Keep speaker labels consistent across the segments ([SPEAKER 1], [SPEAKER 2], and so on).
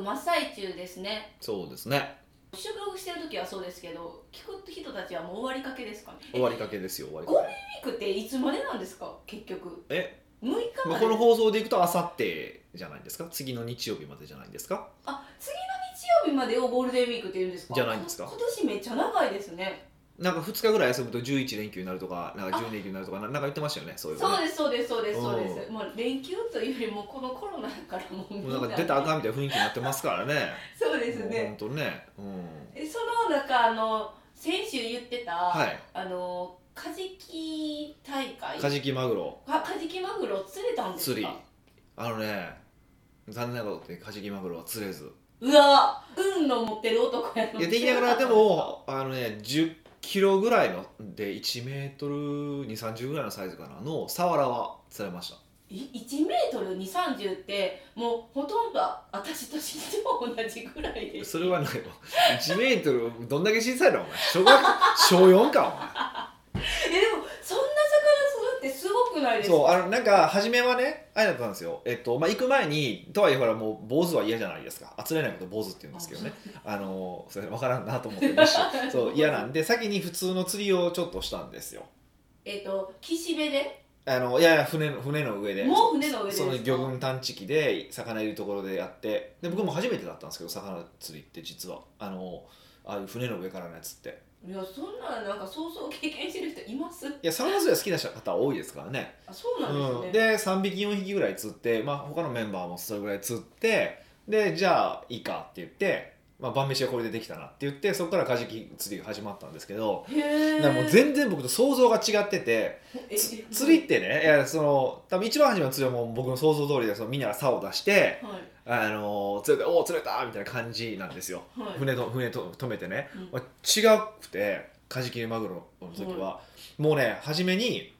[SPEAKER 1] 真っ最中ですね
[SPEAKER 2] そうですね
[SPEAKER 1] 収録してる時はそうですけど聞く人たちはもう終わりかけですかね
[SPEAKER 2] 終わりかけですよ終わり
[SPEAKER 1] ゴー
[SPEAKER 2] か
[SPEAKER 1] ルデンウィークっていつまでなんですか結局
[SPEAKER 2] え
[SPEAKER 1] 6日
[SPEAKER 2] け、ま
[SPEAKER 1] ま
[SPEAKER 2] あ、
[SPEAKER 1] で
[SPEAKER 2] この放送でいくとあさってじゃないですか次の日曜日までじゃないですか
[SPEAKER 1] あ次の日曜日までをゴールデンウィークって言うんですか
[SPEAKER 2] じゃないんですか
[SPEAKER 1] 今年めっちゃ長いですね
[SPEAKER 2] なんか2日ぐらい休むと11連休になるとかなんか10連休になるとかななんか言ってましたよねそういうの
[SPEAKER 1] そう
[SPEAKER 2] ね
[SPEAKER 1] ですそうですそうですそうです
[SPEAKER 2] う
[SPEAKER 1] もう連休というよりもこのコロナからもうみん
[SPEAKER 2] もう
[SPEAKER 1] な
[SPEAKER 2] なんか出たらあかんみたいな雰囲気になってますからね
[SPEAKER 1] そうですね
[SPEAKER 2] 本当ねうん
[SPEAKER 1] えその中あの先週言ってた、
[SPEAKER 2] はい
[SPEAKER 1] あのカジキ大会
[SPEAKER 2] カジキマグロ
[SPEAKER 1] あカジキマグロ釣れたんですか
[SPEAKER 2] 釣りあのね残念なことでカジキマグロは釣れず
[SPEAKER 1] うわ運の持ってる男やの
[SPEAKER 2] いやできながらでもあのね10キロぐらいので1メートル2 3 0ぐらいのサイズかなのサワラは釣れました
[SPEAKER 1] い1メートル2 3 0ってもうほとんど私と身長同じぐらいです
[SPEAKER 2] それはないわ1メートルどんだけ小さいのお前小学 小4かお前
[SPEAKER 1] えでもそんな魚釣るってすごくないですか
[SPEAKER 2] そうあのなんか初めはねあれだったんですよ、えっとまあ、行く前にとはいえほらもう坊主は嫌じゃないですかあつれないこと坊主って言うんですけどねあのそれ分からんなと思って 一瞬そう嫌なんで先に普通の釣りをちょっとしたんですよ
[SPEAKER 1] えっ、と岸辺で
[SPEAKER 2] あのいやいや船の船の上で
[SPEAKER 1] もう船の上で
[SPEAKER 2] その
[SPEAKER 1] ですか
[SPEAKER 2] 魚群探知機で魚いるところでやってで僕も初めてだったんですけど魚釣りって実はあのああいう船の上からのやつって
[SPEAKER 1] いやそんななんかそうそう経験してる人います
[SPEAKER 2] いや魚釣りは好きな方多いですからね
[SPEAKER 1] あそうなん
[SPEAKER 2] うん、
[SPEAKER 1] ですね、
[SPEAKER 2] で3匹4匹ぐらい釣って、まあ、他のメンバーもそれぐらい釣ってでじゃあいいかって言って、まあ、晩飯はこれでできたなって言ってそこからカジキ釣りが始まったんですけど
[SPEAKER 1] へえ
[SPEAKER 2] だからもう全然僕と想像が違っててつ釣りってねいやその多分一番初めの釣りはもう僕の想像通りでそのみんなが竿を出して、
[SPEAKER 1] はい
[SPEAKER 2] あの釣れたおお釣れたみたいな感じなんですよ。
[SPEAKER 1] はい
[SPEAKER 2] 船と船と止めてね、
[SPEAKER 1] うん
[SPEAKER 2] まあ違くてカジキマグロの時は、もうね初めに、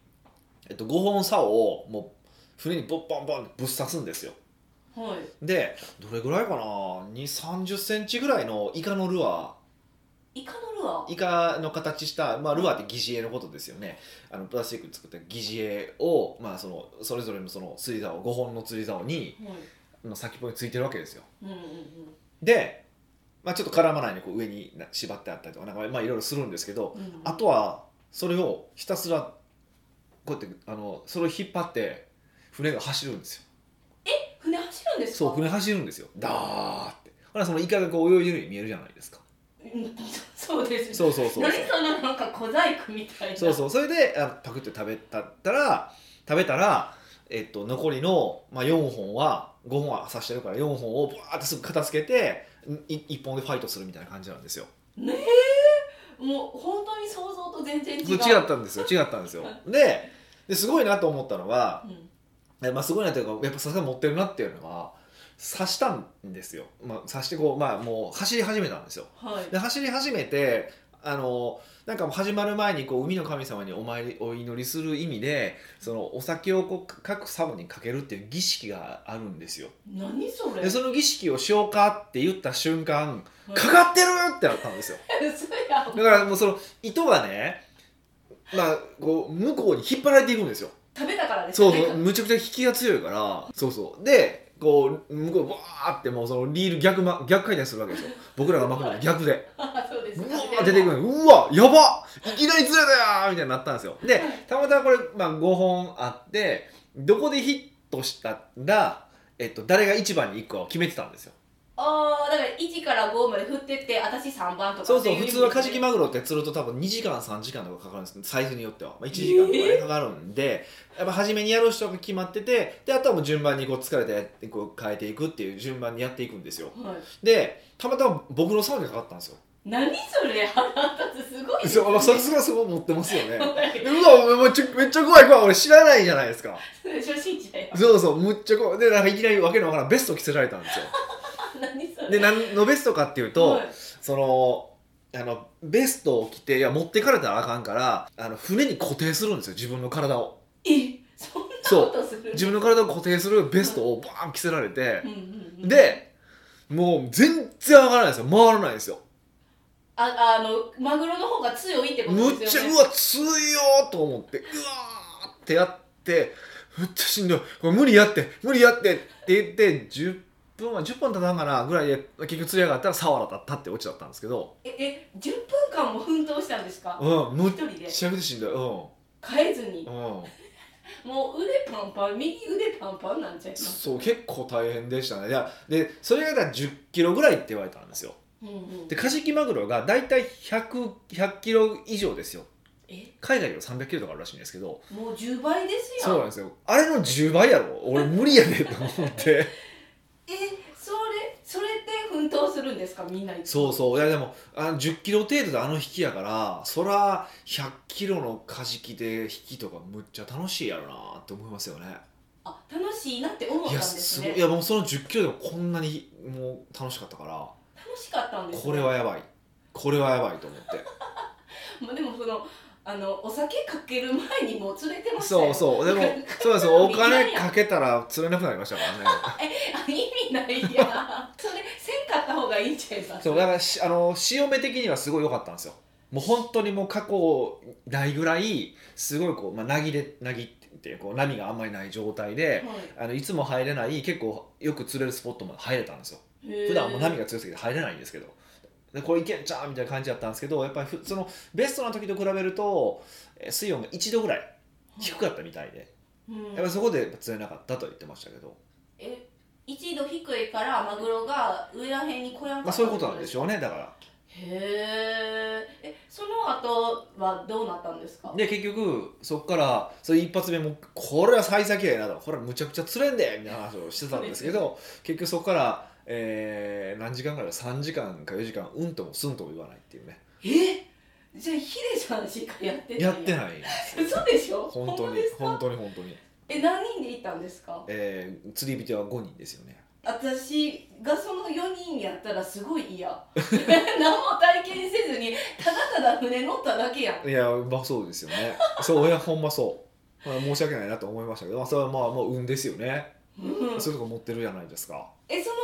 [SPEAKER 2] えっと、5本竿をもう船にボンボンボンってぶっ刺すんですよ
[SPEAKER 1] はい
[SPEAKER 2] でどれぐらいかな2 3 0センチぐらいのイカのルア
[SPEAKER 1] イカのルア
[SPEAKER 2] ー
[SPEAKER 1] ー
[SPEAKER 2] イカの形した、まあ、ルアーって疑似餌のことですよねあのプラスチックで作った疑似餌を、まあ、そのそれぞれのその釣り竿5本の釣り竿に
[SPEAKER 1] はい
[SPEAKER 2] の先っぽについてるわけですよ
[SPEAKER 1] うんうんうん
[SPEAKER 2] で、まあ、ちょっと絡まないようにこう上にな縛ってあったりとかなんか、まあ、いろいろするんですけど
[SPEAKER 1] うん
[SPEAKER 2] あとはそれをひたすらこうやってあのそれを引っ張って船が走るんですよ
[SPEAKER 1] 船走るんですか
[SPEAKER 2] そう船走るんですよダーってほらそのイカがこう泳いでるように見えるじゃないですか
[SPEAKER 1] うんそうです
[SPEAKER 2] そうそうそう
[SPEAKER 1] 何そのなんか小細工みたいな
[SPEAKER 2] そうそうそれであパクって食べたったら食べたらえっと残りの、まあ、4本は5本は刺してるから4本をバーってすぐ片付けて1本でファイトするみたいな感じなんですよ
[SPEAKER 1] ねえもう本当に想像と全然違う
[SPEAKER 2] 違ったんですよ違ったんですよでですごいなと思ったのは
[SPEAKER 1] うん
[SPEAKER 2] えまあ、すごいなというかやっぱさすがに持ってるなっていうのは刺したんですよ、まあ、刺してこうまあもう走り始めたんですよ
[SPEAKER 1] はい
[SPEAKER 2] で走り始めてあのなんかもう始まる前にこう海の神様にお参りお祈りする意味でそのお酒をこう各サボにかけるっていう儀式があるんですよ
[SPEAKER 1] 何それ
[SPEAKER 2] でその儀式をしようかって言った瞬間
[SPEAKER 1] はい
[SPEAKER 2] かかってるってなったんですよ
[SPEAKER 1] 嘘や
[SPEAKER 2] だからもうその糸がねまあこう向こうに引っ張られていくんですよ
[SPEAKER 1] 食べたからです
[SPEAKER 2] そ
[SPEAKER 1] よ
[SPEAKER 2] う
[SPEAKER 1] ね
[SPEAKER 2] そうむちゃくちゃ引きが強いからそうそうでこう向こうバーってもうそのリール逆,、ま、逆回転するわけですよ僕らが巻くのと 逆で
[SPEAKER 1] あそうです
[SPEAKER 2] うわー出てく
[SPEAKER 1] る
[SPEAKER 2] るうわやばいきなり釣れたよーみたいになったんですよでたまたまこれ、まあ、5本あってどこでヒットしたら、えっと、誰が1番に行くかを決めてたんですよ
[SPEAKER 1] ああだから1から5まで振ってって私3番とか
[SPEAKER 2] そうそう普通はカジキ
[SPEAKER 1] ま
[SPEAKER 2] マグロって釣ると多分2時間3時間とかかかるんですサイズによっては、まあ、1時間とかねかかるんでやっぱ初めにやる人が決まっててであとはもう順番にこう疲れてこう変えていくっていう順番にやっていくんですよ
[SPEAKER 1] はい
[SPEAKER 2] でたまたま僕のサウにかかったんですよ
[SPEAKER 1] 何それ腹立つすごいです
[SPEAKER 2] そ
[SPEAKER 1] ね
[SPEAKER 2] うまあそれすごいすごい持ってますよね
[SPEAKER 1] はい
[SPEAKER 2] でうわお前めっちゃめっちゃ怖い怖い俺知らないじゃないですか
[SPEAKER 1] 初心者や
[SPEAKER 2] そうそうむっちゃ怖いでなんかいきなりわけのわからんベスト着せられたんですよ
[SPEAKER 1] 何それ
[SPEAKER 2] で何のベストかっていうと、
[SPEAKER 1] はい
[SPEAKER 2] そのあのベストを着ていや持ってかれたらあかんからあの船に固定するんですよ自分の体を
[SPEAKER 1] えそんなことする
[SPEAKER 2] 自分の体を固定するベストをバーン着せられて
[SPEAKER 1] う、んうんうん
[SPEAKER 2] でもう全然上がらないですよ回らないですよ
[SPEAKER 1] ああのマグロの方が強いってこと
[SPEAKER 2] むっ
[SPEAKER 1] で
[SPEAKER 2] ち
[SPEAKER 1] す
[SPEAKER 2] ゃ
[SPEAKER 1] よね
[SPEAKER 2] うわ強いよーと思ってうわーってやってむっちゃしんどいこれ無理やって無理やってって言って10分は10分経たんかなぐらいで結局釣り上がったらサワラだったってオチだったんですけど
[SPEAKER 1] ええ10分間も奮闘したんですか
[SPEAKER 2] うんむ
[SPEAKER 1] 一
[SPEAKER 2] っ
[SPEAKER 1] 人で
[SPEAKER 2] ちゃくちゃしんどいうん
[SPEAKER 1] 変えずに
[SPEAKER 2] うん
[SPEAKER 1] もう腕パンパン右腕パンパンなんちゃいます
[SPEAKER 2] そう結構大変でしたねいやでそれがだから10キロぐらいって言われたんですよ
[SPEAKER 1] うんうん
[SPEAKER 2] でカジキマグロが大体100 100キロ以上ですよ
[SPEAKER 1] え
[SPEAKER 2] 海外では300キロとかあるらしいんですけど
[SPEAKER 1] もう10倍です
[SPEAKER 2] そう
[SPEAKER 1] よ
[SPEAKER 2] なんですよあれの10倍やろ俺無理やでと思って
[SPEAKER 1] えそれそれで奮闘するんですかみんな
[SPEAKER 2] そうそういやでもあの10キロ程度であの引きやからそら100キロのカジキで引きとかむっちゃ楽しいやろなって思いますよね
[SPEAKER 1] あ楽しいなって思ったん
[SPEAKER 2] いや
[SPEAKER 1] です
[SPEAKER 2] すごい
[SPEAKER 1] ね
[SPEAKER 2] いやもうその10キロでもこんなにもう楽しかったから
[SPEAKER 1] 楽しかったんですね
[SPEAKER 2] これはやばいこれはやばいと思って
[SPEAKER 1] まあでもそのあのお酒かける前にもう連れてました
[SPEAKER 2] そ
[SPEAKER 1] よ
[SPEAKER 2] うそうでもそうですお金かけたら釣れなくなりましたからね
[SPEAKER 1] あ意味ないやんそれせんかった方がいいんちゃいます
[SPEAKER 2] そうだからしあの潮目的にはすごい良かったんですよもう本当にもう過去ないぐらいすごいこう、まあ、なぎれなぎっていうこう波があんまりない状態であのいつも入れない結構よく釣れるスポットまで入れたんですよ普
[SPEAKER 1] 普
[SPEAKER 2] 段はもう波が強すぎて入れないんですけどでこれいけんちゃうみたいな感じだったんですけどやっぱりふそのベストな時と比べるとえー水温が1度ぐらい低かったみたいで、やっぱりそこで釣れなかったと言ってましたけど、
[SPEAKER 1] え一度低いからマグロが上らへんに来やんか
[SPEAKER 2] まあ、
[SPEAKER 1] った
[SPEAKER 2] そういうことなんでし
[SPEAKER 1] ょ
[SPEAKER 2] ょうねだから
[SPEAKER 1] へーえその後はどうなったんですか
[SPEAKER 2] で結局そこからそれ一発目もこれは幸先やなとこれはむちゃくちゃ釣れんでみたいな話をしてたんですけど結局そこから、えー何時間から3時間か4時間うんともすんとも言わないっていうね
[SPEAKER 1] えじゃあヒデさんしかやってない
[SPEAKER 2] やってない
[SPEAKER 1] 嘘でしょ
[SPEAKER 2] 本当
[SPEAKER 1] ほんま
[SPEAKER 2] に
[SPEAKER 1] ですか
[SPEAKER 2] 本当に本当に、
[SPEAKER 1] え何人で行ったんですか
[SPEAKER 2] えー釣り人は5人ですよね
[SPEAKER 1] 私がその4人やったらすごい嫌 何も体験せずにただただ船乗っただけやん
[SPEAKER 2] いやまあそうですよねそういやほんまそう、まあ、申し訳ないなと思いましたけど、まあ、それはまあもう運ですよね、
[SPEAKER 1] うん
[SPEAKER 2] そういうとこ持ってるじゃないですか
[SPEAKER 1] えその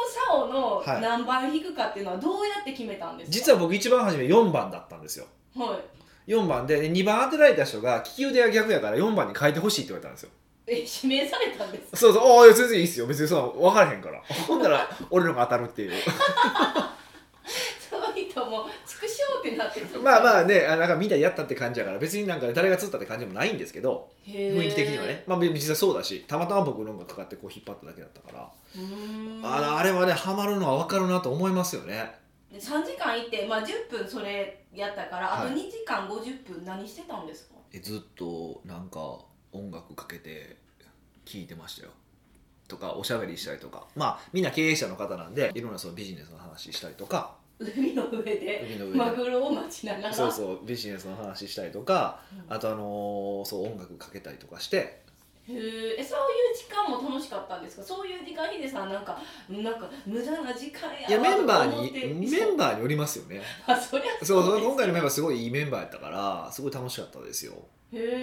[SPEAKER 1] 竿
[SPEAKER 2] は
[SPEAKER 1] の
[SPEAKER 2] い
[SPEAKER 1] 何番引くかっていうのはどうやって決めたんですか
[SPEAKER 2] 実は僕一番初め4番だったんですよ
[SPEAKER 1] は、い、
[SPEAKER 2] 4番で2番当てられた人が利き腕が逆やから4番に変えてほしいって言われたんですよ
[SPEAKER 1] え指名されたんです
[SPEAKER 2] そうそう「ああいや全然いいっすよ別にそんな分からへんから」ほんなら俺のが当たるって いう
[SPEAKER 1] その人もつくしょうってなってた
[SPEAKER 2] まあま
[SPEAKER 1] あ
[SPEAKER 2] あねあなんかみんなでやったって感じやから別になんか誰が釣ったって感じでもないんですけど雰
[SPEAKER 1] 雰
[SPEAKER 2] 囲気的にはねまあ実際そうだしたまたま僕のがかかってこう引っ張っただけだったから
[SPEAKER 1] うーん
[SPEAKER 2] あらあれはねハマるのは分かるなと思いますよね
[SPEAKER 1] で3時間行って、まあ、10分それやったからあと
[SPEAKER 2] はい
[SPEAKER 1] 2時間50分何してたんですか、
[SPEAKER 2] えずっとなんか音楽かけて聴いてましたよとかおしゃべりしたりとかまあみんな経営者の方なんでいろんなそのビジネスの話したりとか
[SPEAKER 1] 海の上で
[SPEAKER 2] 海の上
[SPEAKER 1] マ
[SPEAKER 2] で
[SPEAKER 1] グロを待ちながら
[SPEAKER 2] そうそうビジネスの話したりとか
[SPEAKER 1] うん
[SPEAKER 2] あとあのーそう音楽かけたりとかして
[SPEAKER 1] へーえそういう時間も楽しかったんですかそういう時間ヒデさんなんかなんか無駄な時間
[SPEAKER 2] いや
[SPEAKER 1] や
[SPEAKER 2] メンバーにメ
[SPEAKER 1] メ
[SPEAKER 2] ンバーによりますよね
[SPEAKER 1] あそりゃ
[SPEAKER 2] そうそう今回のメン
[SPEAKER 1] バ
[SPEAKER 2] バーすごいいいメンバーやったからすごい楽しかったですよ
[SPEAKER 1] ーへ
[SPEAKER 2] う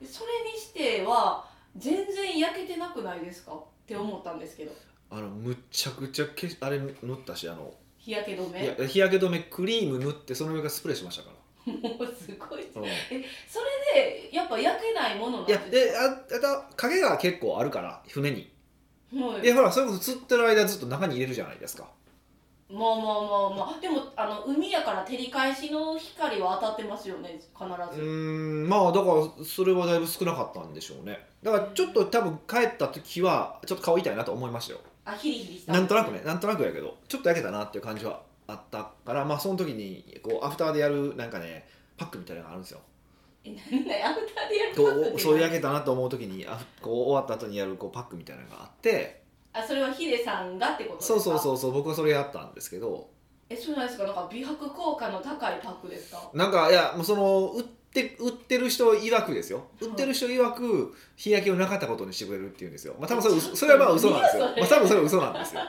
[SPEAKER 1] え、
[SPEAKER 2] ん
[SPEAKER 1] それにしては全然焼けてなくないですかって思ったんですけど
[SPEAKER 2] あのむちゃくちゃけあれ塗ったしあの
[SPEAKER 1] 日焼け止め
[SPEAKER 2] いや日焼け止めクリーム塗ってその上からスプレーしましたか
[SPEAKER 1] もうすごい
[SPEAKER 2] ら、
[SPEAKER 1] そ
[SPEAKER 2] うん
[SPEAKER 1] れでやっぱ焼けないものなん
[SPEAKER 2] い
[SPEAKER 1] で
[SPEAKER 2] や
[SPEAKER 1] すか
[SPEAKER 2] でああと影が結構あるから船に
[SPEAKER 1] はい
[SPEAKER 2] でほらそれこそ釣ってる間ずっと中に入れるじゃないですか
[SPEAKER 1] まあまあまあまあでもあの海やから照り返しの光は当たってますよね必
[SPEAKER 2] う
[SPEAKER 1] ず、
[SPEAKER 2] ーんまあだからそれはだいぶ少なかったんでしょうねだからちょっと多分帰った時はちょっと顔痛いなと思いましたよ
[SPEAKER 1] あヒリヒリした
[SPEAKER 2] なんとな
[SPEAKER 1] ね
[SPEAKER 2] くねなんとなくやけどちょっと焼けたなっていう感じはあったからまあその時にこうアフターでやるなんかねパックみたいなのがあるんですよ
[SPEAKER 1] え何だよアフターでやる
[SPEAKER 2] こ
[SPEAKER 1] パックって
[SPEAKER 2] うそういう焼けたなと思う時にあこう終わった後にやるこうパックみたいなのがあって
[SPEAKER 1] あそれはヒデさんがってことです
[SPEAKER 2] そ
[SPEAKER 1] か
[SPEAKER 2] うそう
[SPEAKER 1] う
[SPEAKER 2] そうそう僕はそれやったんですけど
[SPEAKER 1] えそうなんですかなんか美白効果の高いパックですか
[SPEAKER 2] なんかいやもうその売って売ってる人曰くですよ売ってる人曰く日焼けをなかったことにしてくれるっていうんですよまあ多分それ嘘それはまあ嘘なんですよ
[SPEAKER 1] いやそれ
[SPEAKER 2] まあ多分それは嘘なんです よ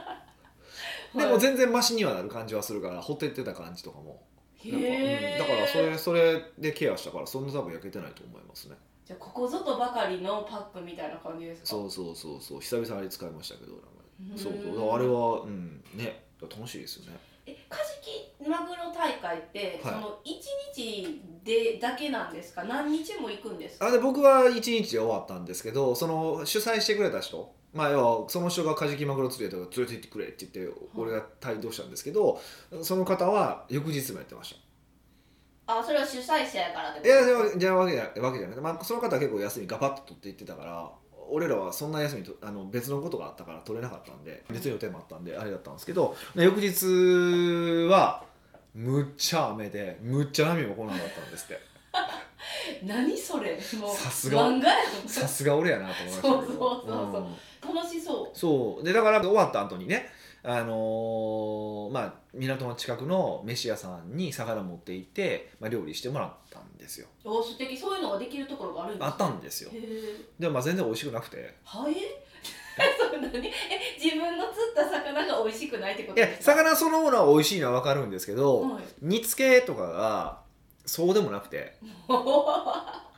[SPEAKER 2] で
[SPEAKER 1] は
[SPEAKER 2] も
[SPEAKER 1] い
[SPEAKER 2] 全然マシにはなる感じはするからほてってた感じとかもなんか、
[SPEAKER 1] へ
[SPEAKER 2] うん
[SPEAKER 1] え
[SPEAKER 2] だからそれそれでケアしたからそんな多分焼けてないと思いますね
[SPEAKER 1] じゃあここぞとばかりのパックみたいな感じですか
[SPEAKER 2] そうそうそうそう久々にあれ使いましたけどなんか
[SPEAKER 1] うん
[SPEAKER 2] そうそうだからあれはうんね楽しいですよね
[SPEAKER 1] えカジキマグロ大会って、
[SPEAKER 2] はい
[SPEAKER 1] その一日でだけなんですか何日も行くんですか
[SPEAKER 2] あで僕は1日で終わったんですけどその主催してくれた人ままあ、要はその人がカジキマグロ釣りやったから連れて行ってくれって言って俺が帯同したんですけどその方は翌日もやってました
[SPEAKER 1] あそれは主催者やからってこ
[SPEAKER 2] いやでもじゃあわけじゃわけじゃなくて、まあ、その方は結構休みガパッと取っていってたから俺らはそんな休みとあの別のことがあったから取れなかったんで別の予定もあったんであれだったんですけどで翌日はむっちゃ雨でむっちゃ波も来なかったんですって
[SPEAKER 1] 何それもう
[SPEAKER 2] さすが
[SPEAKER 1] 漫画やん
[SPEAKER 2] さすが俺やなと思いましたけど
[SPEAKER 1] そうそうそうそうん楽しそ
[SPEAKER 2] そうでだから終わった後にねあのーまあ港の近くの飯屋さんに魚持って行って、まあ、料理してもらったんですよ
[SPEAKER 1] うお素敵そういうのができるところがあるんです
[SPEAKER 2] あったんですよ
[SPEAKER 1] へえ
[SPEAKER 2] でもまあ全然美味しくなくて
[SPEAKER 1] はい そんなにえ自分の釣った魚が美味しくないってこと
[SPEAKER 2] いや
[SPEAKER 1] ですか
[SPEAKER 2] 魚そのものは美味しいのは分かるんですけど、
[SPEAKER 1] はい
[SPEAKER 2] 煮付けとかがそうでもなくて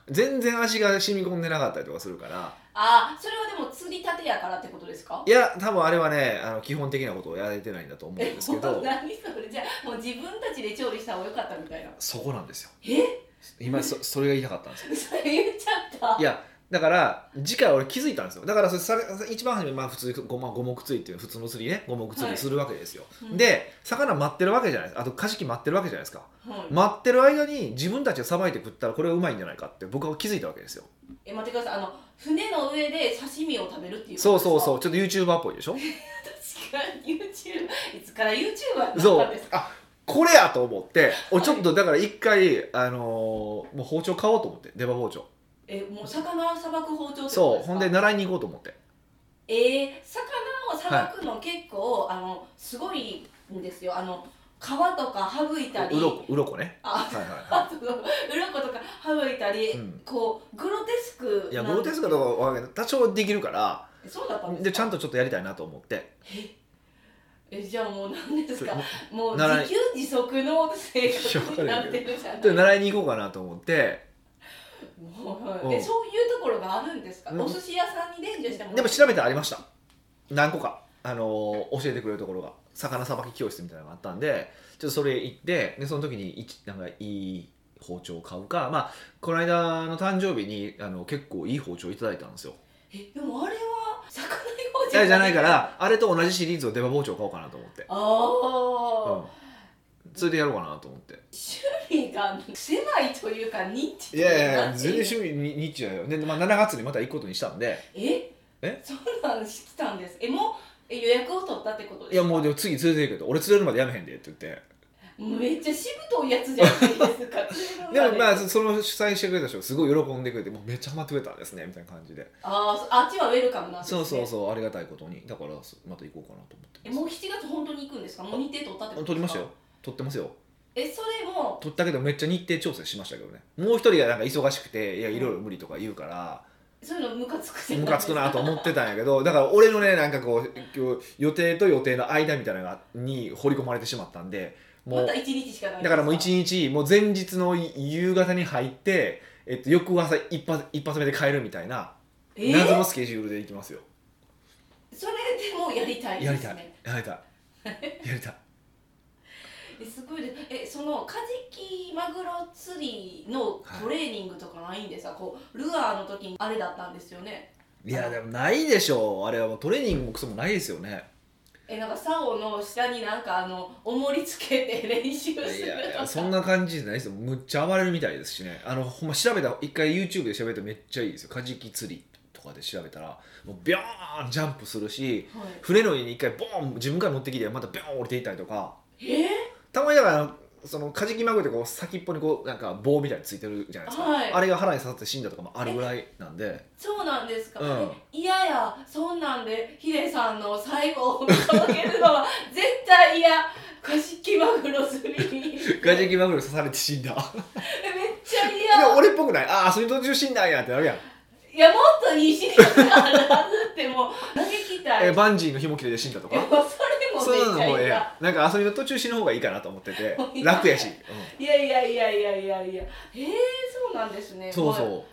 [SPEAKER 2] 全然味が染み込んでなかったりとかするから
[SPEAKER 1] あそれはでも釣りたてやからってことですか
[SPEAKER 2] いや多分あれはねあの基本的なことをやれてないんだと思うん
[SPEAKER 1] え
[SPEAKER 2] ですけ
[SPEAKER 1] もう
[SPEAKER 2] ど
[SPEAKER 1] 何それじゃあもう自分たちで調理した方が良かったみたいな
[SPEAKER 2] そこなんですよ
[SPEAKER 1] え
[SPEAKER 2] 今そそれが言いたかったんですよ
[SPEAKER 1] それ言っちゃった
[SPEAKER 2] いやだから次回俺気づいたんですよだからそれさ一番初めまあ普通ご,、まあ、五目釣りっていう普通の釣りね五目釣りするわけですよ、
[SPEAKER 1] はいうん
[SPEAKER 2] で魚待ってるわけじゃないですかあとカジキ待ってるわけじゃないですか
[SPEAKER 1] はい
[SPEAKER 2] 待ってる間に自分たちがさばいて食ったらこれはうまいんじゃないかって僕は気づいたわけですよ
[SPEAKER 1] え待ってくださいあの船の上で刺身を食べるっていう
[SPEAKER 2] そうそうそううちょっと YouTuber っぽいでしょ
[SPEAKER 1] 確かに YouTube いつから YouTuber に
[SPEAKER 2] そ
[SPEAKER 1] なったん
[SPEAKER 2] う
[SPEAKER 1] ですか
[SPEAKER 2] あこれやと思っておちょっとだから一回、あのーもう包丁買おうと思って出刃包丁
[SPEAKER 1] えもう魚さばく包丁ってことですか
[SPEAKER 2] そうほんで習いに行こうと思って
[SPEAKER 1] えー、魚をさばくの結構、あのすごいんですよあの皮とか省いたり
[SPEAKER 2] うろこうろこね
[SPEAKER 1] あ
[SPEAKER 2] はいはいは
[SPEAKER 1] あと鱗とか省いたり、
[SPEAKER 2] うん
[SPEAKER 1] こうグロテスク
[SPEAKER 2] いいやグロテスクとかはわかんない多少できるから
[SPEAKER 1] そうだったんですか
[SPEAKER 2] でちゃんとちょっとやりたいなと思って
[SPEAKER 1] えじゃあもう何ですか
[SPEAKER 2] そ
[SPEAKER 1] もう
[SPEAKER 2] 習い
[SPEAKER 1] 自給自足の生活になってるじゃな
[SPEAKER 2] う
[SPEAKER 1] い
[SPEAKER 2] で習いに行こうかなと思って
[SPEAKER 1] もうはい
[SPEAKER 2] うん
[SPEAKER 1] えそういうところがあるんですか、
[SPEAKER 2] うん
[SPEAKER 1] お寿司屋さんに伝授しても
[SPEAKER 2] でも調べたらありました何個か、あのー教えてくれるところが魚さばき教室みたいなのがあったんでちょっとそれ行ってでその時にいちなんかいい包丁を買うかまあこの間の誕生日にあの結構いい包丁いただいたんですよ
[SPEAKER 1] えでもあれは魚用
[SPEAKER 2] いやじゃないからあれと同じシリーズの出刃包丁を買おうかなと思 って、
[SPEAKER 1] ああ、
[SPEAKER 2] うん、それでやろうかなと思って
[SPEAKER 1] 趣味が狭いというかニッチ
[SPEAKER 2] いやいや全然趣味に日中やよで、まあ、7月にまた行くことにしたんで
[SPEAKER 1] え
[SPEAKER 2] え
[SPEAKER 1] そんなんしてたんですえもうえ予約を取ったってことですか
[SPEAKER 2] いやもうでも次連れて行くけど俺釣れるまでやめへんでって言って
[SPEAKER 1] めっちゃしぶといやつじゃないです か
[SPEAKER 2] でもまあ
[SPEAKER 1] あ
[SPEAKER 2] その主催してくれた人すごい喜んでくれてもうめっちゃハマってくれたんですねみたいな感じで
[SPEAKER 1] あーそあっちはウェルカムなんです、
[SPEAKER 2] そ
[SPEAKER 1] ね、
[SPEAKER 2] うそうそうありがたいことにだからまた行こうかなと思って
[SPEAKER 1] え
[SPEAKER 2] ま
[SPEAKER 1] もう7月本当に行くんですかもう日程取ったってこと
[SPEAKER 2] す撮り
[SPEAKER 1] で
[SPEAKER 2] ますし
[SPEAKER 1] か
[SPEAKER 2] たよ撮ってますよ
[SPEAKER 1] えそれも
[SPEAKER 2] 撮ったけどめっちゃ日程調整しましたけどねもう一人がなんか忙しくていやいろいろ無理とか言うから
[SPEAKER 1] そういうのムカつくじゃない
[SPEAKER 2] ムカつくなと思ってたんやけどだから俺のねなんかこう今日予定と予定の間みたいなのがに掘り込まれてしまったんでも
[SPEAKER 1] ま
[SPEAKER 2] う
[SPEAKER 1] た1日しかないんです
[SPEAKER 2] だからもう一日もう前日の夕方に入って、えっと、翌朝一発一発目で帰るみたいな
[SPEAKER 1] えー
[SPEAKER 2] 謎のスケジュールでいきますよ、
[SPEAKER 1] それでもやりたいですね
[SPEAKER 2] やりたいやりたいやりたい
[SPEAKER 1] えすごいですえそのカジキマグロ釣りのトレーニングとかないんですか、こうルアーの時にあれだったんですよね
[SPEAKER 2] いやでもないでしょうあれはもうトレーニングもクソもないですよね
[SPEAKER 1] えなんか竿の下になんかあの重りつけて練習する
[SPEAKER 2] い
[SPEAKER 1] とか
[SPEAKER 2] やいやそんな感じじゃないですよむっちゃ暴れるみたいですしねあのほんま調べた一回 YouTube で調べたらめっちゃいいですよカジキ釣りとかで調べたらもうビョーンジャンプするし
[SPEAKER 1] は
[SPEAKER 2] 船の上に一回ボーン自分から持ってきてまたビョーン降りていったりとか
[SPEAKER 1] い、え
[SPEAKER 2] たまにだからあのそのカジキマグロってこう先っぽにこうなんか棒みたいについてるじゃないですか、
[SPEAKER 1] はい
[SPEAKER 2] あれが腹に刺さって死んだと かもあるぐらいなんで
[SPEAKER 1] そうなんですか、
[SPEAKER 2] うん
[SPEAKER 1] えいやいやそんなんでヒデさんの最後を見届けるのは絶対嫌カジキマグロ釣りに
[SPEAKER 2] カジキマグロ刺されて死 んだで
[SPEAKER 1] えめっちゃ
[SPEAKER 2] も
[SPEAKER 1] 嫌
[SPEAKER 2] 俺っぽくないああそれ途中死んだんやってなるやん
[SPEAKER 1] いやもっといいシリーズがあるはずってもう投げきたいい
[SPEAKER 2] えー
[SPEAKER 1] や
[SPEAKER 2] バンジーの紐切れで死んだと
[SPEAKER 1] それ
[SPEAKER 2] か
[SPEAKER 1] も
[SPEAKER 2] そういうの
[SPEAKER 1] めっち
[SPEAKER 2] もう
[SPEAKER 1] ゃ
[SPEAKER 2] ええ
[SPEAKER 1] 嫌
[SPEAKER 2] やんなんか遊びの途中死ぬ方がいいかなと思って て
[SPEAKER 1] もういい
[SPEAKER 2] 楽やし、
[SPEAKER 1] いやいやいやいやいやいやえー、そうなんです
[SPEAKER 2] う
[SPEAKER 1] ね
[SPEAKER 2] ん、そう
[SPEAKER 1] もう
[SPEAKER 2] そ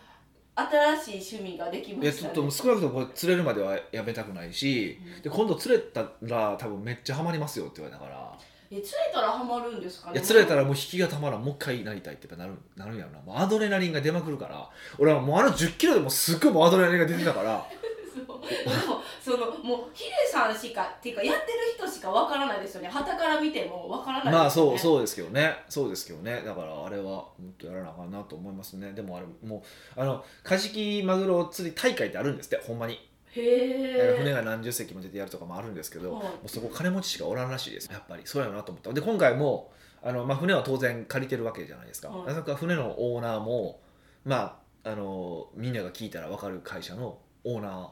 [SPEAKER 1] 新しい趣味ができ
[SPEAKER 2] う
[SPEAKER 1] ま
[SPEAKER 2] いや
[SPEAKER 1] し
[SPEAKER 2] ち
[SPEAKER 1] た
[SPEAKER 2] ょ
[SPEAKER 1] ね
[SPEAKER 2] っともう少なくともこれ釣れるまではやめたくないしで今度釣れたら多分めっちゃハマりますよって言われたから
[SPEAKER 1] え釣れたらハマるんですかね
[SPEAKER 2] いや釣れたらもう引きがたまらんもう一回なりたいってやっぱなるなるんやろなもうアドレナリンが出まくるから俺はもうあの1 0キロでもすっごいもうアドレナリンが出てたから
[SPEAKER 1] そうでもそのもうヒデさんしかっていうかやってる人しかわからないですよね旗から見てもわからないですよね、
[SPEAKER 2] まあそうそうですけどねそうですけどねだからあれはもっとやらなあかんなと思いますねでもあれもうあのカジキマグロ釣り大会ってあるんですってほんまに、
[SPEAKER 1] へえ
[SPEAKER 2] 船が何十隻も出てやるとかもあるんですけど、
[SPEAKER 1] はい
[SPEAKER 2] もうそこ金持ちしかおらんらしいですやっぱりそうやなと思ったで今回もあの、まあ、船は当然借りてるわけじゃないですか、
[SPEAKER 1] はい
[SPEAKER 2] なんか船のオーナーもまああのみんなが聞いたら分かる会社のオーナー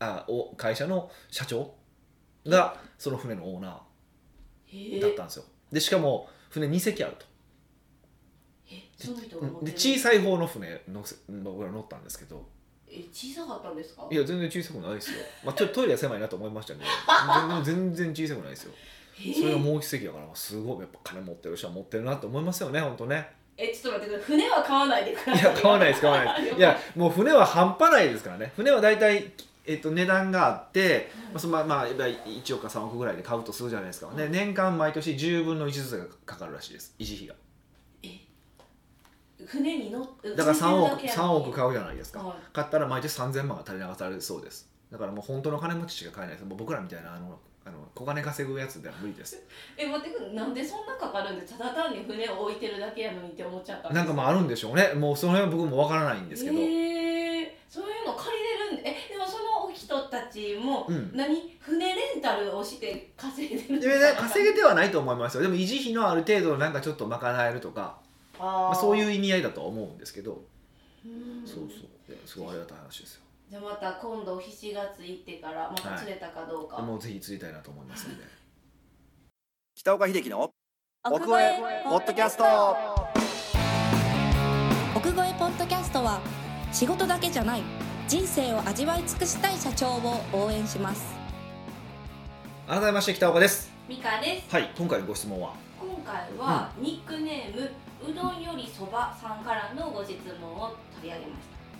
[SPEAKER 2] あお会社の社長がその船のオーナー
[SPEAKER 1] へえ
[SPEAKER 2] だったんですよでしかも船2隻あると
[SPEAKER 1] えその人が
[SPEAKER 2] うん
[SPEAKER 1] 乗って
[SPEAKER 2] で
[SPEAKER 1] る
[SPEAKER 2] 小さい方の船のせの僕ら乗ったんですけど
[SPEAKER 1] え小さかったんですか
[SPEAKER 2] いや全然小さくないですよ、まあ、ちょっとトイレは狭いなと思いましたけど全然全然小さくないですよ
[SPEAKER 1] へえ
[SPEAKER 2] それがもう一跡だからすごいやっぱ金持ってる人は持ってるなと思いますよね本当ね
[SPEAKER 1] えちょっと待ってください船は買わないでくだ
[SPEAKER 2] い
[SPEAKER 1] さい
[SPEAKER 2] や買わないです買わないですいやもう船は半端ないですからね船は大体えっと、値段があって、まあそのまあまあ、1億か3億ぐらいで買うとするじゃないですか、ね、年間毎年10分の1ずつがかかるらしいです維持費が
[SPEAKER 1] 船に乗って
[SPEAKER 2] だから3
[SPEAKER 1] つい
[SPEAKER 2] 億
[SPEAKER 1] てるだけや
[SPEAKER 2] 3
[SPEAKER 1] のに
[SPEAKER 2] 億買うじゃないですか、
[SPEAKER 1] はい
[SPEAKER 2] 買ったら毎年3000万が垂れ流されるそうですだからもう本当の金持ちしか買えないですもう僕らみたいなあのあの小金稼ぐやつでは無理です
[SPEAKER 1] え待ってくださいなんでそんなかかるんでただ単に船を置いてるだけやのにって思っちゃった
[SPEAKER 2] なんかまああるんでしょうねもうその辺は僕もわからないんですけど、
[SPEAKER 1] へえそういうの借りれるんでえでもその人たちも、
[SPEAKER 2] うん
[SPEAKER 1] 何船レンタルをして稼いでるん
[SPEAKER 2] で
[SPEAKER 1] です
[SPEAKER 2] ね
[SPEAKER 1] か
[SPEAKER 2] 稼げてはないと思いますよでも維持費のある程度なんかちょっと賄えるとか、
[SPEAKER 1] あ、
[SPEAKER 2] まあ、そういうう意味合いだとは思うんですけど、
[SPEAKER 1] うん
[SPEAKER 2] そうそうですごいありがたい話ですよ
[SPEAKER 1] じゃあまた今度7月行ってからまた釣れたかどうか、
[SPEAKER 2] でもうぜひ釣りたいなと思いますんで
[SPEAKER 3] 北岡秀樹の
[SPEAKER 4] 奥
[SPEAKER 3] 奥
[SPEAKER 4] 越
[SPEAKER 3] 越
[SPEAKER 4] え
[SPEAKER 3] え
[SPEAKER 4] ポ
[SPEAKER 3] ポ
[SPEAKER 4] ッ
[SPEAKER 3] ッ
[SPEAKER 4] ド
[SPEAKER 3] ド
[SPEAKER 4] キ
[SPEAKER 3] キ
[SPEAKER 4] ャ
[SPEAKER 3] ャ
[SPEAKER 4] ス
[SPEAKER 3] ス
[SPEAKER 4] ト
[SPEAKER 3] ト
[SPEAKER 4] 奥越えポッドキャストは仕事だけじゃない人生を味わい尽くしたい社長を応援します
[SPEAKER 2] 改めまして北岡です
[SPEAKER 1] ミカです
[SPEAKER 2] はい今回のご質問は
[SPEAKER 1] 今回はニックネーム、うどんよりそばさんからのご質問を取り上げまし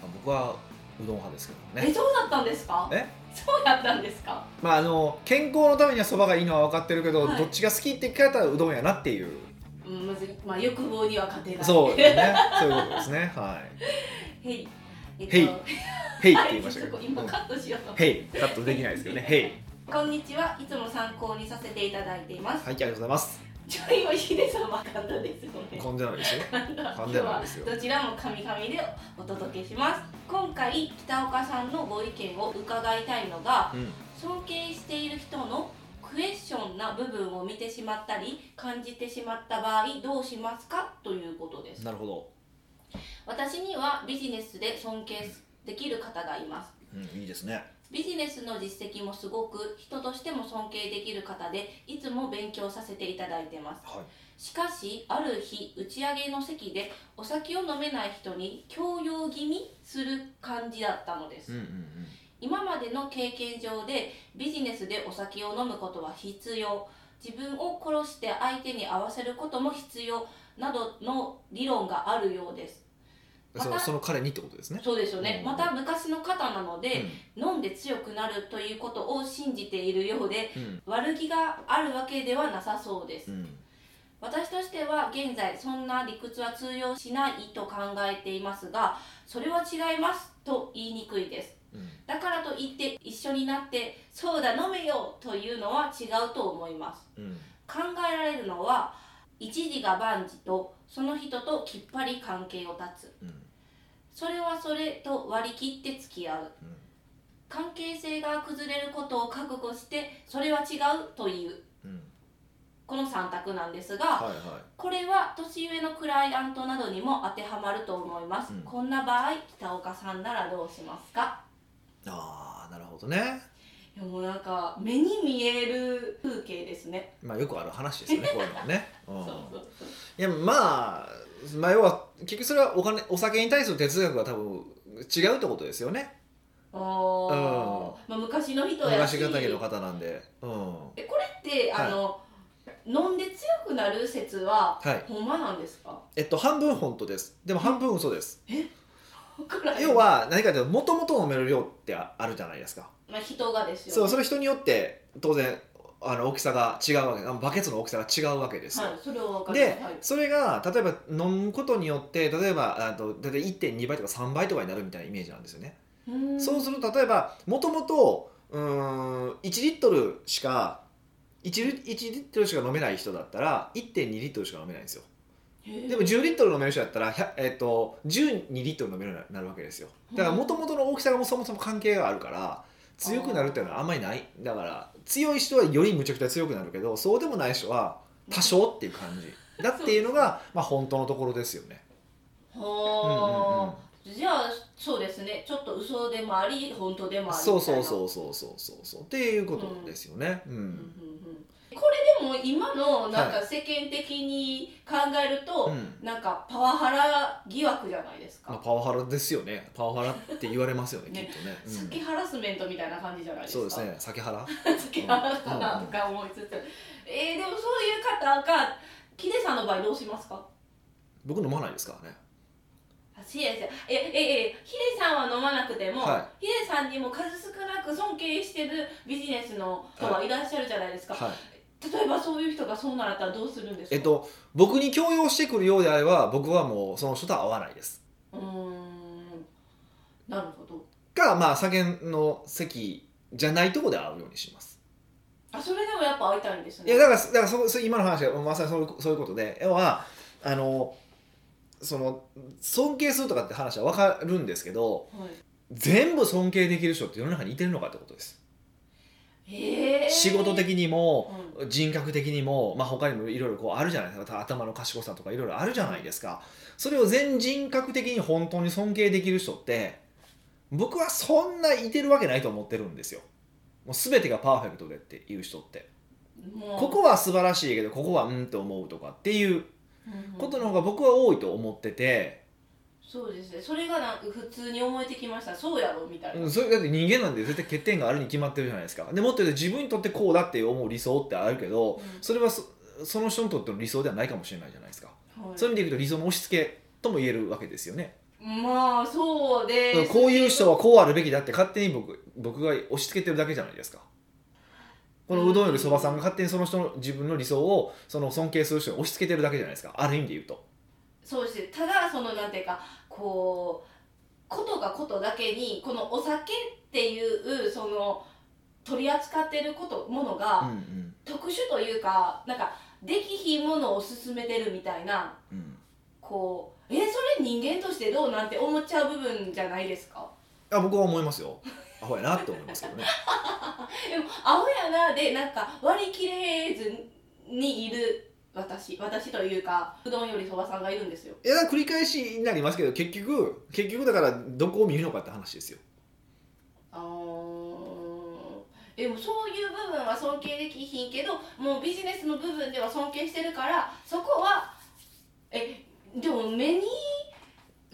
[SPEAKER 2] あ僕はうどん派ですけ
[SPEAKER 1] た、
[SPEAKER 2] どね
[SPEAKER 1] えそうだったんですか
[SPEAKER 2] え
[SPEAKER 1] そうだったんですか
[SPEAKER 2] まああの健康のためにはそばがいいのは分かってるけど、
[SPEAKER 1] はい
[SPEAKER 2] どっちが好きって聞かれたらうどんやなっていう
[SPEAKER 1] うんまずまあ欲望には勝てない
[SPEAKER 2] そうですねそういうことですねは
[SPEAKER 1] へいえっ
[SPEAKER 2] へいい「へい」って
[SPEAKER 1] はい
[SPEAKER 2] 言いましたけど
[SPEAKER 1] ちょっと
[SPEAKER 2] 「
[SPEAKER 1] 今カットしようと
[SPEAKER 2] うんへい」カットできないですけどね「へい
[SPEAKER 1] こんにちはいつも参考にさせていただいてい」ま
[SPEAKER 2] はい
[SPEAKER 1] す
[SPEAKER 2] ありがとうございます
[SPEAKER 1] ちょ今ヒデさん分かったですよね
[SPEAKER 2] こんでないですよ
[SPEAKER 1] 今
[SPEAKER 2] ん
[SPEAKER 1] 日
[SPEAKER 2] でない
[SPEAKER 1] は
[SPEAKER 2] ですよ
[SPEAKER 1] どちらも神々でお届けします今回北岡さんのご意見を伺いたいのが
[SPEAKER 2] うん
[SPEAKER 1] 尊敬している人のクエスチョンな部分を見てしまったり感じてしまった場合どうしますかということです
[SPEAKER 2] なるほど、
[SPEAKER 1] 私にはビジネスで尊敬できる方がいます
[SPEAKER 2] うん、いいですね
[SPEAKER 1] ビジネスの実績もすごく人としても尊敬できる方でいつも勉強させていただいてます
[SPEAKER 2] はい
[SPEAKER 1] しかしある日打ち上げの席でお酒を飲めない人に強要気味する感じだったのです、
[SPEAKER 2] うんうん
[SPEAKER 1] 今までの経験上でビジネスでお酒を飲むことは必要自分を殺して相手に合わせることも必要などの理論があるようです
[SPEAKER 2] うんそ
[SPEAKER 1] ま
[SPEAKER 2] の
[SPEAKER 1] た
[SPEAKER 2] その彼にってことですね
[SPEAKER 1] そうですよね、
[SPEAKER 2] うん
[SPEAKER 1] また昔の方なので、
[SPEAKER 2] う
[SPEAKER 1] 飲んで強くなるということを信じているようで
[SPEAKER 2] んうん
[SPEAKER 1] 悪気があるわけではなさそうです
[SPEAKER 2] うん
[SPEAKER 1] 私としては現在そんな理屈は通用しないと考えていますがそれは違いますと言いにくいです
[SPEAKER 2] うん
[SPEAKER 1] だからといって一緒になってそうだ飲めよというのは違うと思います
[SPEAKER 2] うん
[SPEAKER 1] 考えられるのは一時が万事とその人ときっぱり関係を断つ
[SPEAKER 2] うん
[SPEAKER 1] それはそれと割り切って付き合う
[SPEAKER 2] うん
[SPEAKER 1] 関係性が崩れることを覚悟してそれは違うという
[SPEAKER 2] うん
[SPEAKER 1] この3択なんですが、
[SPEAKER 2] はいは
[SPEAKER 1] これは年上のクライアントなどにも当てはまると思います、
[SPEAKER 2] うん
[SPEAKER 1] こんな場合北岡さんならどうしますか
[SPEAKER 2] いああなるほどね
[SPEAKER 1] いやもうなんか目に見える風景ですね、
[SPEAKER 2] まあよくある話ですよねこういうのはね、うん、
[SPEAKER 1] そうそうそう
[SPEAKER 2] いやまあ、まあ、要は結局それはお金お酒に対する哲学が多分違うってことですよね
[SPEAKER 1] おーまあ、昔の人やし
[SPEAKER 2] 昔語りの方なんで、うん、は
[SPEAKER 1] えこれって
[SPEAKER 2] はい
[SPEAKER 1] あの、飲んで強くなる説はいほんまなんですか
[SPEAKER 2] えっと半分本当ですでも半分嘘です
[SPEAKER 1] わからん
[SPEAKER 2] 要、は何かというともともと飲める量ってああるじゃないですか
[SPEAKER 1] まあ、人がですよ、ね、
[SPEAKER 2] そうそれ人によって当然あの大きさが違うわけあのバケツの大きさが違うわけですよ、
[SPEAKER 1] はい、それはわかりま、
[SPEAKER 2] です
[SPEAKER 1] はい、
[SPEAKER 2] それが例えば飲むことによって例えばあと大体1.2倍とか3倍とかになるみたいなイメージなんですよね
[SPEAKER 1] うーん
[SPEAKER 2] そうすると例えばもともとうーん1リットルしか 1, リ1リットルしか飲めない人だったら1.2リットルしか飲めないんですよで
[SPEAKER 1] で
[SPEAKER 2] も10リットル飲める人だったら、100えっと12リットル飲めるようになるわけですよだからもともとの大きさがもうそもそも関係があるから強くなるっていうのはあんまりないだから強い人はよりむちゃくちゃ強くなるけどそうでもない人は多少っていう感じだっていうのが、まあ、本当のところですよね
[SPEAKER 1] はあ、じゃあそうですねちょっと嘘でもあり本当でもありみたいな
[SPEAKER 2] そうそう
[SPEAKER 1] う、
[SPEAKER 2] そうそうそうそうそうっていうことですよねうん、
[SPEAKER 1] うんうんうん、これでも今のなんか世間的に考えると、
[SPEAKER 2] うん
[SPEAKER 1] なんかパワハラ疑惑じゃないですか、
[SPEAKER 2] まあ、パワハラですよねパワハラって言われますよね
[SPEAKER 1] ね
[SPEAKER 2] きっとね、うん
[SPEAKER 1] 先ハラスメントみたいな感じじゃないですか
[SPEAKER 2] そうですね酒原
[SPEAKER 1] 先ハラかなとか思いつつ、えー、でもそういう方がキネさんの場合どうしますか
[SPEAKER 2] 僕飲まないですからね
[SPEAKER 1] あそうですよえええヒデさんは飲まなくても、
[SPEAKER 2] は
[SPEAKER 1] ヒデさんにも数少なく尊敬してるビジネスの人はいらっしゃるじゃないですか、
[SPEAKER 2] はい
[SPEAKER 1] 例えばそういう人がそうなったらどうするんですか
[SPEAKER 2] えっと僕に強要してくるようであれば僕はもうその人とは会わないです
[SPEAKER 1] うーんなるほど
[SPEAKER 2] かまあ酒の席じゃないとこで会うようにします
[SPEAKER 1] あそれでもやっぱ会いたいんです
[SPEAKER 2] い
[SPEAKER 1] ね
[SPEAKER 2] やだからだからそそ今の話がまさにそういうそういうことで要はあのその尊敬するとかって話は分かるんですけど
[SPEAKER 1] はい
[SPEAKER 2] 全部尊敬できる人って世の中にいてるのかってことです、
[SPEAKER 1] へえ
[SPEAKER 2] 仕事的にも
[SPEAKER 1] うん
[SPEAKER 2] 人格的にも、まあ、他にもいろいろこうあるじゃないですか頭の賢さとかいろいろあるじゃないですかそれを全人格的に本当に尊敬できる人って僕はそんないてるわけないと思ってるんですよもう全てがパーフェクトでっていう人って
[SPEAKER 1] もう
[SPEAKER 2] ここは素晴らしいけどここはうんって思うとかっていう
[SPEAKER 1] うんうん
[SPEAKER 2] ことの方が僕は多いと思ってて、
[SPEAKER 1] そうですねそれがなんか普通に思えてきましたそうやろみたいな、
[SPEAKER 2] うん、それだって人間なんで絶対欠点があるに決まってるじゃないですかでもっと言うと自分にとってこうだって思う理想ってあるけどそれはそその人にとっての理想ではないかもしれないじゃないですか
[SPEAKER 1] はい
[SPEAKER 2] そういう意味でいくと理想の押し付けとも言えるわけですよね。
[SPEAKER 1] まあそうです
[SPEAKER 2] こういう人はこうあるべきだって勝手に僕僕が押し付けてるだけじゃないですか。このうどんよりそばさんが勝手にその人の自分の理想をその尊敬する人に押し付けてるだけじゃないですか。ある意味で言うと。
[SPEAKER 1] そうしてただそのなんていうかこうことがことだけにこのお酒っていうその取り扱ってることもの
[SPEAKER 2] うん
[SPEAKER 1] が
[SPEAKER 2] うん
[SPEAKER 1] 特殊というか、なんかできひんものを勧めてるみたいな
[SPEAKER 2] うん。
[SPEAKER 1] こうえそれ人間としてどうなんて思っちゃう部分じゃないですか
[SPEAKER 2] あ僕は思いますよ。アホやなって思いますけ どね。
[SPEAKER 1] でもアホやなでなんか割り切れずにいる私私というかうどんよりそばさんがいるんですよ
[SPEAKER 2] いやだから繰り返しになりますけど結局結局だからどこを見るのかって話ですよ。
[SPEAKER 1] あーでもそういう部分は尊敬できひんけどもうビジネスの部分では尊敬してるからそこはえでも目に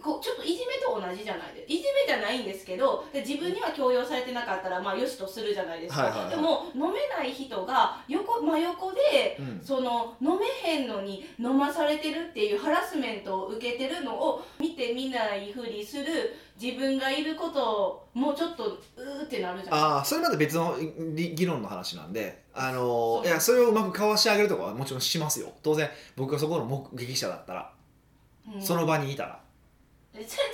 [SPEAKER 1] こうちょっといじめと同じじゃないですいじめじゃないんですけどで自分には強要されてなかったらまあよしとするじゃないですか、
[SPEAKER 2] はいはいはい
[SPEAKER 1] でも飲めない人が横真横で
[SPEAKER 2] うん。
[SPEAKER 1] その飲めへんのに飲まされてるっていうハラスメントを受けてるのを見て見ないふりする自分がいることをもうちょっとうーってなるじゃん
[SPEAKER 2] ああそれまた別のり議論の話なんで、あの
[SPEAKER 1] そう
[SPEAKER 2] ーいやそれをうまくかわしてあげるとかはもちろんしますよ当然僕がそこの目撃者だったら、
[SPEAKER 1] うん、
[SPEAKER 2] その場にいたら
[SPEAKER 1] えそれちゃい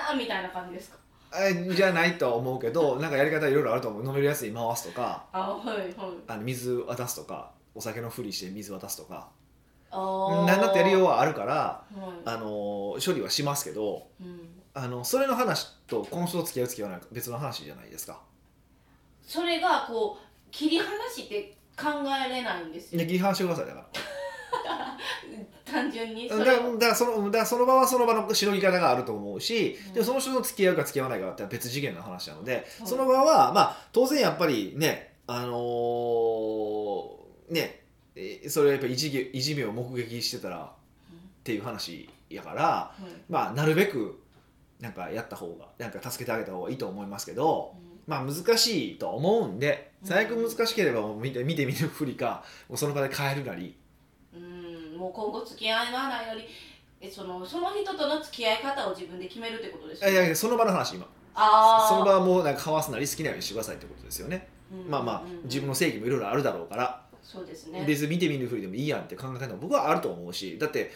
[SPEAKER 1] ますやんみたいな感じですか
[SPEAKER 2] えじゃないとは思う けどなんかやり方いろいろあると思う飲めるやつに回すとか
[SPEAKER 1] あはいはい
[SPEAKER 2] あの水渡すとかお酒のふりして水渡すとか
[SPEAKER 1] あー
[SPEAKER 2] 何だってやりようはあるから、
[SPEAKER 1] はい
[SPEAKER 2] あのー処理はしますけど
[SPEAKER 1] うん、
[SPEAKER 2] あのそれの話とこの人と付き合う付き合わない別の話じゃないですか。
[SPEAKER 1] それがこう切り離して考えれないんです
[SPEAKER 2] いや
[SPEAKER 1] よ
[SPEAKER 2] 批判してくださいだから
[SPEAKER 1] 単純にそ
[SPEAKER 2] だ
[SPEAKER 1] れ
[SPEAKER 2] だからそのだからその場はその場のしのぎ方があると思うし、
[SPEAKER 1] うん
[SPEAKER 2] でもその人と付き合うか付き合わないかってのは別次元の話なので、
[SPEAKER 1] はい
[SPEAKER 2] その場は、まあ、当然やっぱりねあのーねえそれはやっぱりいじめいじめを目撃してたらっていう話やから、
[SPEAKER 1] はい
[SPEAKER 2] まあ、なるべくなんかやった方がなんか助けてあげた方がいいと思いますけど。まあ難しいとは思うんで最悪難しければもう見て見て見ぬふりかもうその場で変えるなり
[SPEAKER 1] うんもう今後付き合いの合わないよりえそのその人との付き合い方を自分で決めるってことです
[SPEAKER 2] いや
[SPEAKER 1] よ
[SPEAKER 2] い
[SPEAKER 1] ね
[SPEAKER 2] やその場の話今
[SPEAKER 1] あー
[SPEAKER 2] その場はもうなんか交わすなり好きなようにしてくださいってことですよね、
[SPEAKER 1] うん
[SPEAKER 2] まあまあ
[SPEAKER 1] うん
[SPEAKER 2] 自分の正義もいろいろあるだろうから、
[SPEAKER 1] そうですね
[SPEAKER 2] 別に見て見ぬふりでもいいやんって考え方も僕はあると思うしだって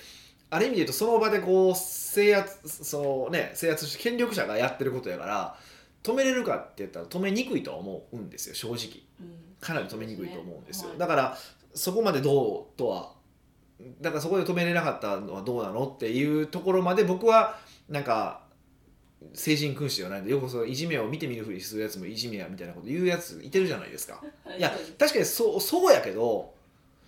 [SPEAKER 2] ある意味で言うとその場でこう制圧そのね制圧して権力者がやってることやから止めれるかって言ったら止めにくいとは思うんですよ正直
[SPEAKER 1] うん
[SPEAKER 2] かなり止めにくいと思うんですよ
[SPEAKER 1] そうですねはい
[SPEAKER 2] だからそこまでどうとはだからそこで止めれなかったのはどうなのっていうところまで僕はなんか成人君子ではないんでよくそのいじめを見て見ぬふりするやつもいじめやみたいなこと言うやついてるじゃないで すかいや
[SPEAKER 1] そうです
[SPEAKER 2] 確かにそうそうやけど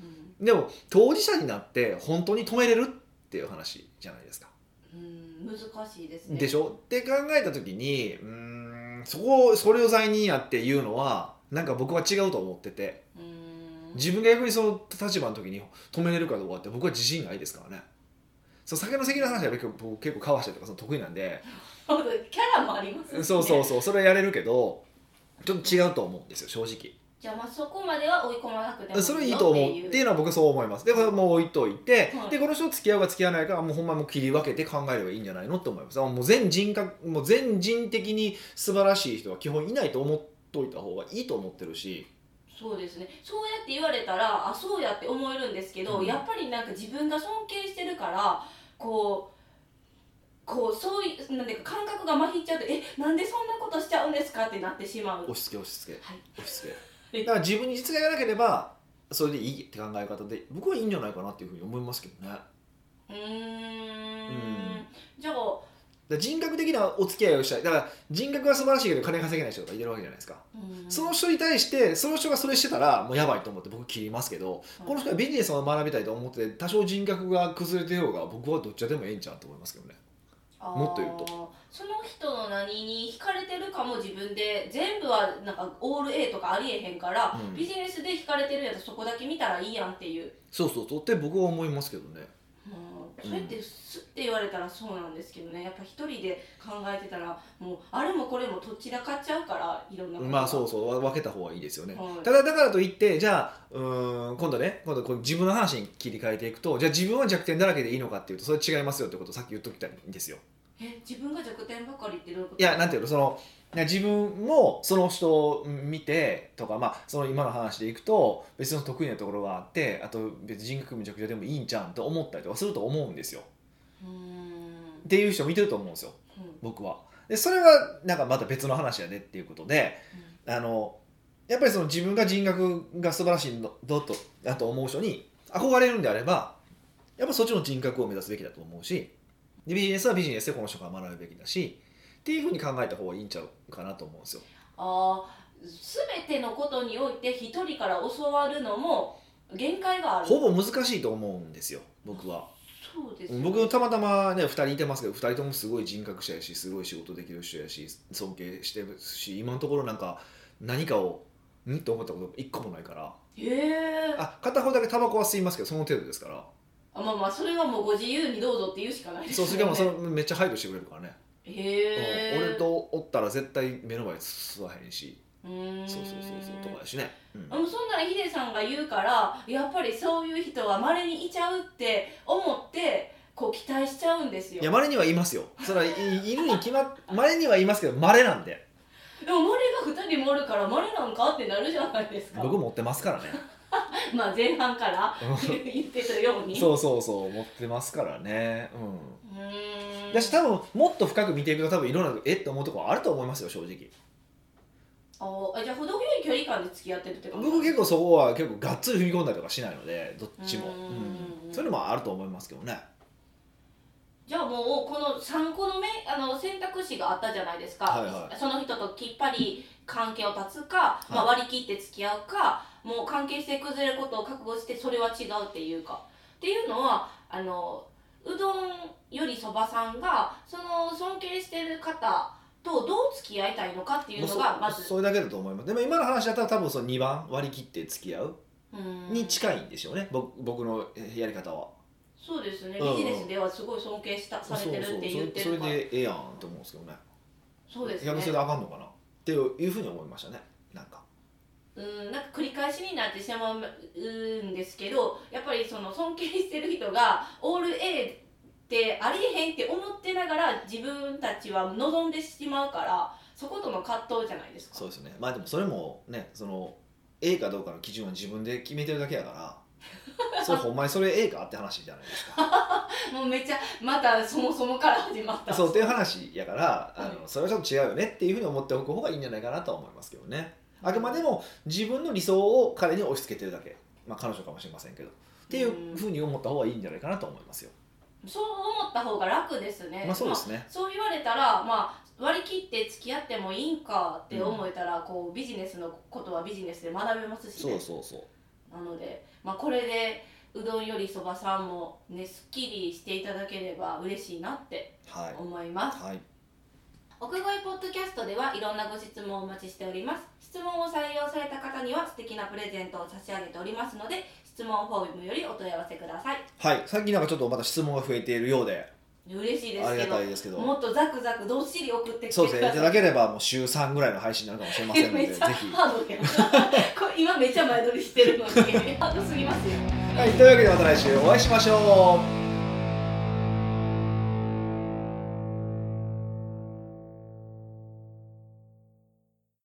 [SPEAKER 1] うん
[SPEAKER 2] でも当事者になって本当に止めれるっていう話じゃないですか
[SPEAKER 1] うん難しいですね
[SPEAKER 2] でしょって考えた時にうーんそこをそれを罪人やっていうのはなんか僕は違うと思ってて
[SPEAKER 1] うん
[SPEAKER 2] 自分が逆にその立場の時に止めれるかどうかって僕は自信ないですからねそう酒の席の話は僕僕結構かわしたりとかその得意なんで
[SPEAKER 1] キャラもありますね
[SPEAKER 2] そうそうそうそれはやれるけどちょっと違うと思うんですよ正直
[SPEAKER 1] じゃあまあそこまでは追い込まなくても
[SPEAKER 2] それいいと思うっていうのは僕はそう思いますでこれもう置いといて、
[SPEAKER 1] はい
[SPEAKER 2] でこの人と付き合うか付き合わないかはもうほんまもう切り分けて考えればいいんじゃないのって思いますもう全人格もう全人的に素晴らしい人は基本いないと思っといた方がいいと思ってるし
[SPEAKER 1] そうですねそうやって言われたらあそうやって思えるんですけど、
[SPEAKER 2] うん
[SPEAKER 1] やっぱりなんか自分が尊敬してるからこうこうそういうなんていうか感覚がまひっちゃうとえなんでそんなことしちゃうんですかってなってしまう
[SPEAKER 2] 押し付け押し付け
[SPEAKER 1] はい
[SPEAKER 2] 押し付けだから自分に実害がなければそれでいいって考え方で僕はいいんじゃないかなっていうふうに思いますけどねだか
[SPEAKER 1] うーん
[SPEAKER 2] うん
[SPEAKER 1] じゃあ、
[SPEAKER 2] ら人格的なお付き合いをしたいだから人格は素晴らしいけど金稼げない人とかいてるわけじゃないですか
[SPEAKER 1] うん
[SPEAKER 2] その人に対してその人がそれしてたらもうやばいと思って僕切りますけど、
[SPEAKER 1] うん
[SPEAKER 2] この人がビジネスを学びたいと思ってて多少人格が崩れてようが僕はどっちでもええんちゃうと思いますけどね
[SPEAKER 1] あー
[SPEAKER 2] もっと言う
[SPEAKER 1] その人の何に惹かれてるかも自分で全部はなんかオール A とかありえへんから、
[SPEAKER 2] うん
[SPEAKER 1] ビジネスで惹かれてるやつそこだけ見たらいいやんっていう
[SPEAKER 2] そうそうそうって僕は思いますけどね
[SPEAKER 1] もうそれってすって言われたらそうなんですけどねやっぱ一人で考えてたらもうあれもこれもどっちらかっちゃうからいろんなことが
[SPEAKER 2] まあそうそうわ分けた方がいいですよね、
[SPEAKER 1] はい
[SPEAKER 2] ただだからといってじゃあうーん今度ね今度こう自分の話に切り替えていくとじゃあ自分は弱点だらけでいいのかっていうとそれ違いますよってことをさっき言っときたいんですよ
[SPEAKER 1] え自分が弱点ばかりってどういうこと
[SPEAKER 2] いやなんていうのそのいや自分もその人を見てとか、まあ、その今の話でいくと別の得意なところがあってあと別に人格無弱者でもいいんじゃんと思ったりとかすると思うんですよ
[SPEAKER 1] うーん
[SPEAKER 2] っていう人見てると思うんですよ
[SPEAKER 1] うん
[SPEAKER 2] 僕は。でそれはなんかまた別の話やねっていうことであのやっぱりその自分が人格が素晴らしいのだとだと思う人に憧れるんであればやっぱそっちの人格を目指すべきだと思うしでビジネスはビジネスでこの人が学ぶべきだしっていうふうに考えた方がいいんちゃうかなと思うんですよ。
[SPEAKER 1] あすべてのことにおいて一人から教わるのも限界がある
[SPEAKER 2] ほぼ難しいと思うんですよ僕は
[SPEAKER 1] そうですね
[SPEAKER 2] 僕たまたまね2人いてますけど2人ともすごい人格者やしすごい仕事できる人やし尊敬してるし今のところなんか何かをんと思ったこと一個もないから
[SPEAKER 1] へえ
[SPEAKER 2] あ片方だけタバコは吸いますけどその程度ですから
[SPEAKER 1] あまあまあそれはもうご自由にどうぞって言うしかないです
[SPEAKER 2] そう
[SPEAKER 1] よ
[SPEAKER 2] そ
[SPEAKER 1] ね
[SPEAKER 2] れでもそれめっちゃ配慮してくれるからね、
[SPEAKER 1] へえ
[SPEAKER 2] うん俺とおったら絶対目の前吸わへんし
[SPEAKER 1] うーん
[SPEAKER 2] そうそうそうそうとかやしね、うん
[SPEAKER 1] あのそんなんヒデさんが言うからやっぱりそういう人はまれにいちゃうって思ってこう期待しちゃうんですよ
[SPEAKER 2] いや稀にはいますよそれはいいるに決まっ稀にはいますけど稀なんで
[SPEAKER 1] でもまれが2人もおるからまれなんかってなるじゃないですか
[SPEAKER 2] 僕持ってますからね
[SPEAKER 1] まあ前半から
[SPEAKER 2] うん
[SPEAKER 1] 言ってたよう に
[SPEAKER 2] そうそうそう持ってますからねう
[SPEAKER 1] うー
[SPEAKER 2] ん
[SPEAKER 1] ん
[SPEAKER 2] だし多分もっと深く見ていくと多分いろんなえって思うところあると思いますよ正直
[SPEAKER 1] ああじゃあ程よい距離感で付き合ってるって感じ
[SPEAKER 2] 僕結構そこは結構がっつり踏み込んだりとかしないのでどっちも
[SPEAKER 1] う
[SPEAKER 2] うん
[SPEAKER 1] ん
[SPEAKER 2] そういうのもあると思いますけどね
[SPEAKER 1] じゃあもうこの3個のめあの選択肢があったじゃないですか、
[SPEAKER 2] はいは
[SPEAKER 1] その人ときっぱり関係を断つか、
[SPEAKER 2] い
[SPEAKER 1] まあ、割り切って付き合うかもう関係性崩れることを覚悟してそれは違うっていうかっていうのはあのうどんよりそばさんがその尊敬してる方とどう付き合いたいのかっていうのが
[SPEAKER 2] も
[SPEAKER 1] ま
[SPEAKER 2] う
[SPEAKER 1] ず
[SPEAKER 2] そそれだけだと思いますでも今の話だったら多分その2番割り切って付き合う
[SPEAKER 1] うん
[SPEAKER 2] に近いんでしょうね僕僕のえやり方は
[SPEAKER 1] そうですね
[SPEAKER 2] う
[SPEAKER 1] ビ
[SPEAKER 2] ん
[SPEAKER 1] ジネスではすごい尊敬したされてるって言って
[SPEAKER 2] そう
[SPEAKER 1] る
[SPEAKER 2] そ
[SPEAKER 1] か
[SPEAKER 2] れ
[SPEAKER 1] ら
[SPEAKER 2] でええやんと思うんですけどね
[SPEAKER 1] そうですね
[SPEAKER 2] 逆にそれであかんのかなっていうふうに思いましたねなんか
[SPEAKER 1] うん、なんか繰り返しになってしまうんですけどやっぱりその尊敬してる人がオール A ってありえへんって思ってながら自分たちは望んでしまうからそことの葛藤じゃないですか
[SPEAKER 2] そうですね まあでもそれもねその A かどうかの基準は自分で決めてるだけやからそれほんまにそれええかって話じゃないですか
[SPEAKER 1] もうめっちゃまたそもそもから始まった
[SPEAKER 2] そうっていう話やからあ
[SPEAKER 1] う
[SPEAKER 2] のそれはちょっと違うよねっていうふうに思っておく方がいいんじゃないかなとは思いますけどねあくまでも自分の理想を彼に押し付けてるだけ、まあ、彼女かもしれませんけどっていうふうに思った方がいいんじゃないかなと思いますよ、
[SPEAKER 1] そう思った方が楽ですね、
[SPEAKER 2] まあそうですね
[SPEAKER 1] そう言われたら、まあ、割り切って付き合ってもいいんかって思えたら、こうビジネスのことはビジネスで学べますし、
[SPEAKER 2] そ
[SPEAKER 1] ね
[SPEAKER 2] う、そうそう
[SPEAKER 1] なので、まあ、これでうどんよりそばさんも、ね、すっきりしていただければ嬉しいなって
[SPEAKER 2] はい、
[SPEAKER 1] 思います。
[SPEAKER 2] はい、
[SPEAKER 1] 奥越ポッドキャストではいろんなご質問をお待ちしております質問を採用された方には素敵なプレゼントを差し上げておりますので質問フォームよりお問い合わせください
[SPEAKER 2] はい、最近なんかちょっとまた質問が増えているようで
[SPEAKER 1] 嬉しいで
[SPEAKER 2] あ
[SPEAKER 1] す
[SPEAKER 2] り
[SPEAKER 1] け
[SPEAKER 2] が
[SPEAKER 1] ど
[SPEAKER 2] たいですけど
[SPEAKER 1] もっとザクザクどっしり送ってきてくださ
[SPEAKER 2] そ
[SPEAKER 1] いう
[SPEAKER 2] ですねいただければもう週3ぐらいの配信になるかもしれません の
[SPEAKER 1] め
[SPEAKER 2] で
[SPEAKER 1] っ
[SPEAKER 2] ぜ
[SPEAKER 1] ち
[SPEAKER 2] ひ
[SPEAKER 1] ゃハードやんこ れ今めっちゃ前撮りしてるのにハードすぎますよ
[SPEAKER 2] はいというわけでまた来週お会いしましょう